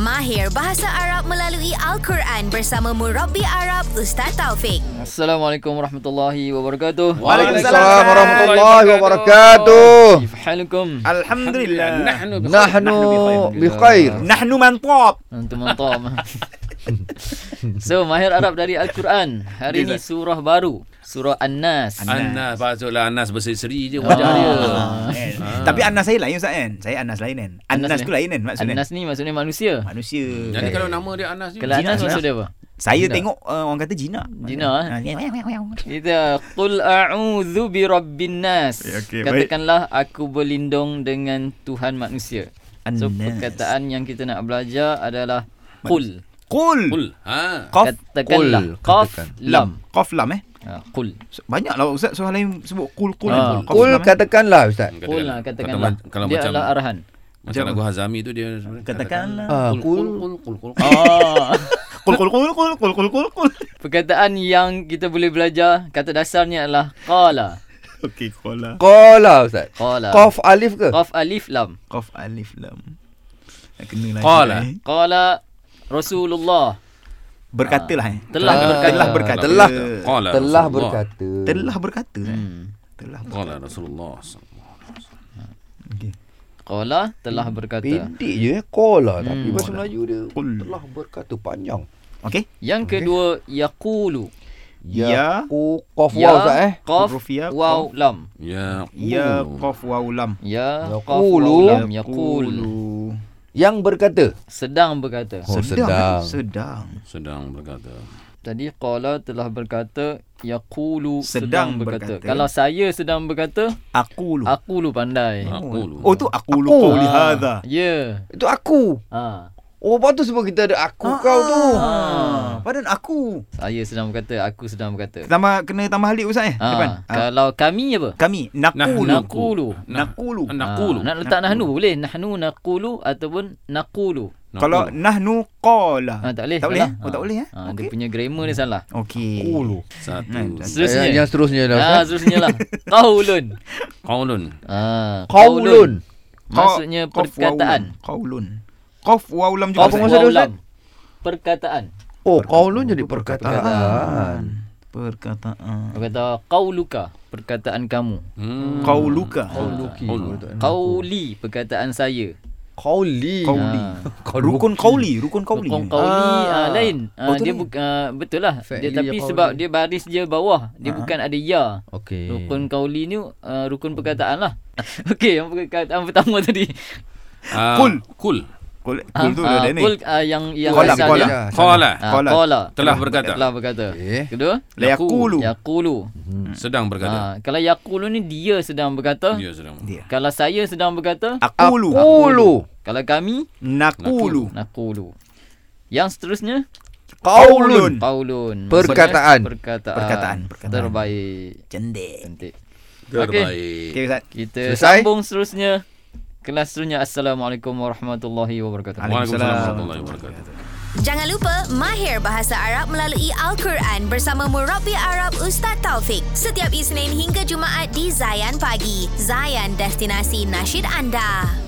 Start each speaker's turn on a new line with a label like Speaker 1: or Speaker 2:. Speaker 1: Mahir Bahasa Arab melalui Al-Quran bersama Murabi Arab Ustaz Taufik.
Speaker 2: Assalamualaikum warahmatullahi wabarakatuh.
Speaker 3: Waalaikumsalam warahmatullahi wabarakatuh.
Speaker 2: Kif halukum?
Speaker 3: Alhamdulillah.
Speaker 4: نحن بخير.
Speaker 3: Nahnu
Speaker 2: bi
Speaker 3: bi
Speaker 2: khair.
Speaker 3: khair.
Speaker 4: نحن من طاب
Speaker 2: Antum antam. so, mahir Arab dari Al-Quran. Hari ini surah baru, surah An-Nas.
Speaker 4: Anas patutlah Anas berseri-seri je
Speaker 2: Ah.
Speaker 4: wajah dia.
Speaker 5: Kan?
Speaker 4: Ah.
Speaker 5: Tapi Anas saya lain Ustaz kan? Saya Anas lain kan?
Speaker 2: Anas
Speaker 5: Anas,
Speaker 2: lain.
Speaker 5: tu lain kan maksudnya?
Speaker 2: An-Nas ni maksudnya manusia.
Speaker 5: Manusia.
Speaker 4: Jadi kalau nama dia Anas ni
Speaker 2: Kalau
Speaker 5: Jinak,
Speaker 2: An-Nas
Speaker 5: jinak.
Speaker 2: maksud dia apa?
Speaker 5: saya
Speaker 2: Jinak.
Speaker 5: tengok uh, orang kata jinak.
Speaker 2: Jinak, eh?
Speaker 5: Ha, jinak.
Speaker 2: Kita qul a'udzu bi rabbin nas.
Speaker 5: Eh, okey, baik.
Speaker 2: Katakanlah aku berlindung dengan Tuhan manusia. So,
Speaker 5: An-Nas.
Speaker 2: perkataan yang kita nak belajar adalah qul.
Speaker 5: Qul.
Speaker 4: Qul. Ha.
Speaker 5: Qaf.
Speaker 2: Katakanlah
Speaker 3: Qul.
Speaker 2: qaf
Speaker 3: Katakan.
Speaker 2: lam.
Speaker 5: Qaf lam eh.
Speaker 2: Ha, qul.
Speaker 5: So- Banyak lah Ustaz soalan lain sebut qul qul.
Speaker 2: Ah.
Speaker 5: Qaf,
Speaker 3: Kul
Speaker 5: lam, eh?
Speaker 3: katakanlah Ustaz.
Speaker 2: Qul lah katakanlah.
Speaker 4: Kalau, kalau
Speaker 2: Dia
Speaker 4: macam
Speaker 2: adalah arahan.
Speaker 4: macam lagu Hazami tu dia
Speaker 5: Katakanlah.
Speaker 3: Ah,
Speaker 4: Qul
Speaker 3: kul.
Speaker 4: qul qul qul.
Speaker 2: Ah.
Speaker 5: Qul qul qul qul qul qul qul qul.
Speaker 2: Perkataan yang kita boleh belajar kata dasarnya adalah qala.
Speaker 5: Okey qul lah.
Speaker 3: Qala Ustaz.
Speaker 2: Qala.
Speaker 3: Qaf alif ke?
Speaker 2: Qaf alif lam.
Speaker 5: Qaf alif lam. Nak kena lagi.
Speaker 4: Qal,
Speaker 5: eh.
Speaker 4: eh?
Speaker 2: Qala Rasulullah
Speaker 5: Berkatalah eh.
Speaker 2: telah berkata.
Speaker 5: Telah berkata.
Speaker 3: Telah.
Speaker 4: Qala
Speaker 3: Telah
Speaker 4: Rasulullah.
Speaker 3: berkata.
Speaker 5: Telah berkata eh.
Speaker 2: Hmm.
Speaker 5: Telah berkata.
Speaker 4: Qala Rasulullah.
Speaker 5: Okey.
Speaker 2: Qala telah berkata.
Speaker 3: Pendek je eh. Qala tapi
Speaker 2: Hmm.
Speaker 3: bahasa Melayu dia
Speaker 5: Qul.
Speaker 3: telah berkata panjang.
Speaker 5: Okey.
Speaker 2: Yang kedua yaqulu.
Speaker 5: Ya.
Speaker 3: Ku qaf waw Ustaz eh.
Speaker 2: qaf
Speaker 5: Huruf ya,
Speaker 2: waw lam.
Speaker 4: Ya.
Speaker 5: Ya
Speaker 4: Qul.
Speaker 5: qaf waw lam.
Speaker 2: Ya qaf
Speaker 3: Yaqulu.
Speaker 2: waw lam yaqulu.
Speaker 3: Yang berkata.
Speaker 2: Sedang berkata.
Speaker 5: sedang.
Speaker 3: Oh, sedang.
Speaker 5: eh? Sedang.
Speaker 4: sedang berkata.
Speaker 2: Tadi qala telah berkata yaqulu sedang,
Speaker 5: Sedang
Speaker 2: berkata.
Speaker 5: berkata.
Speaker 2: Kalau saya sedang berkata,
Speaker 5: Aku lu.
Speaker 2: aku lu pandai.
Speaker 4: Ha. Aqulu.
Speaker 5: Oh tu aku lu
Speaker 3: Aqul.
Speaker 5: kau
Speaker 2: Ah,
Speaker 5: lihada.
Speaker 2: Ya.
Speaker 3: Itu aku.
Speaker 2: Ha.
Speaker 3: Oh, lepas tu sebab kita ada aku kau tu.
Speaker 5: Ah, Padahal aku.
Speaker 2: Saya sedang berkata, aku sedang berkata.
Speaker 5: Tambah kena tambah halik ustaz eh
Speaker 2: Ha,
Speaker 5: depan. Ah,
Speaker 2: kalau kami apa?
Speaker 5: Kami naqulu.
Speaker 4: Nahnu.
Speaker 2: Naqulu.
Speaker 5: Naqulu.
Speaker 4: Naqulu.
Speaker 2: Ha, nak letak nahnu pun boleh. Nahnu naqulu ataupun naqulu.
Speaker 5: Kalau
Speaker 4: Naqulu.
Speaker 5: nahnu qala.
Speaker 2: Ha, tak boleh.
Speaker 5: Tak boleh. eh?
Speaker 2: salah.
Speaker 5: Oh tak boleh eh.
Speaker 2: Ha, Dia
Speaker 5: Okey. Eh,
Speaker 2: punya grammar dia salah.
Speaker 5: Okey.
Speaker 3: Qulu.
Speaker 4: satu
Speaker 5: Nah,
Speaker 2: Seterusnya.
Speaker 3: Yang, yang seterusnya eh? dah
Speaker 2: Ha,
Speaker 3: Ustaz.
Speaker 2: seterusnya lah. Qaulun.
Speaker 4: qaulun.
Speaker 2: Ha,
Speaker 3: Qaulun.
Speaker 2: Maksudnya perkataan.
Speaker 5: Qaulun. Qaf waw lam juga. Ustaz.
Speaker 3: Qaf waw maksud dia, Ustaz?
Speaker 2: Perkataan.
Speaker 3: Oh, qaulun jadi perkataan.
Speaker 5: Perkataan.
Speaker 2: Orang kata qauluka, perkataan kamu.
Speaker 4: Hmm.
Speaker 5: Qauluka.
Speaker 3: Qauluki.
Speaker 4: Qaul.
Speaker 2: Qauli, perkataan saya.
Speaker 3: Qauli.
Speaker 5: Qauli.
Speaker 3: 아,
Speaker 5: Rukun qauli, rukun qauli.
Speaker 2: Kong Qauli ah.
Speaker 3: Ah.
Speaker 2: lain. Ah,
Speaker 3: Oh, tu
Speaker 2: dia
Speaker 3: ni.
Speaker 2: bu- ah, betul lah. Dia,
Speaker 3: Fi'li
Speaker 2: tapi
Speaker 3: qauli.
Speaker 2: sebab dia baris dia bawah, dia bukan ada ya.
Speaker 3: Okey.
Speaker 2: Rukun kauli ni uh, rukun perkataan lah. Okey, yang perkataan pertama tadi.
Speaker 4: Ah,
Speaker 5: Qul.
Speaker 4: Qul.
Speaker 5: Qul qul tu
Speaker 2: Ah,
Speaker 5: dah ni.
Speaker 2: Qul uh, yang yang
Speaker 5: Qalam,
Speaker 2: asal
Speaker 5: qalam.
Speaker 2: dia.
Speaker 4: Qala.
Speaker 2: Ah,
Speaker 5: Qalam.
Speaker 2: Qala.
Speaker 4: Telah berkata.
Speaker 2: Telah berkata.
Speaker 3: Okey.
Speaker 2: Kedua,
Speaker 5: La yaqulu.
Speaker 2: yaqulu.
Speaker 4: Sedang berkata.
Speaker 2: Ah, kalau yaqulu ni dia sedang berkata.
Speaker 4: Dia sedang.
Speaker 5: Dia.
Speaker 2: Kalau saya sedang berkata,
Speaker 3: 아,
Speaker 5: Aqulu.
Speaker 3: Qulu.
Speaker 2: kalau kami
Speaker 5: Naqulu.
Speaker 2: naqulu. Yang seterusnya
Speaker 3: Qaulun.
Speaker 2: qaulun.
Speaker 3: Perkataan.
Speaker 2: Maksudnya Perkataan.
Speaker 5: Perkataan, perkataan.
Speaker 2: Terbaik.
Speaker 5: Cendek.
Speaker 2: Cantik.
Speaker 4: Terbaik.
Speaker 5: Okey Ustaz.
Speaker 2: Kita
Speaker 3: Selesai?
Speaker 2: sambung seterusnya. Kelas seterusnya. Assalamualaikum warahmatullahi wabarakatuh.
Speaker 4: Waalaikumsalam
Speaker 5: Waalaikumsalam.
Speaker 4: warahmatullahi wabarakatuh.
Speaker 1: Jangan lupa Mahir Bahasa Arab melalui Al-Quran bersama Murabi Arab Ustaz Taufik setiap Isnin hingga Jumaat di Zayan Pagi. Zayan, destinasi nasyid anda.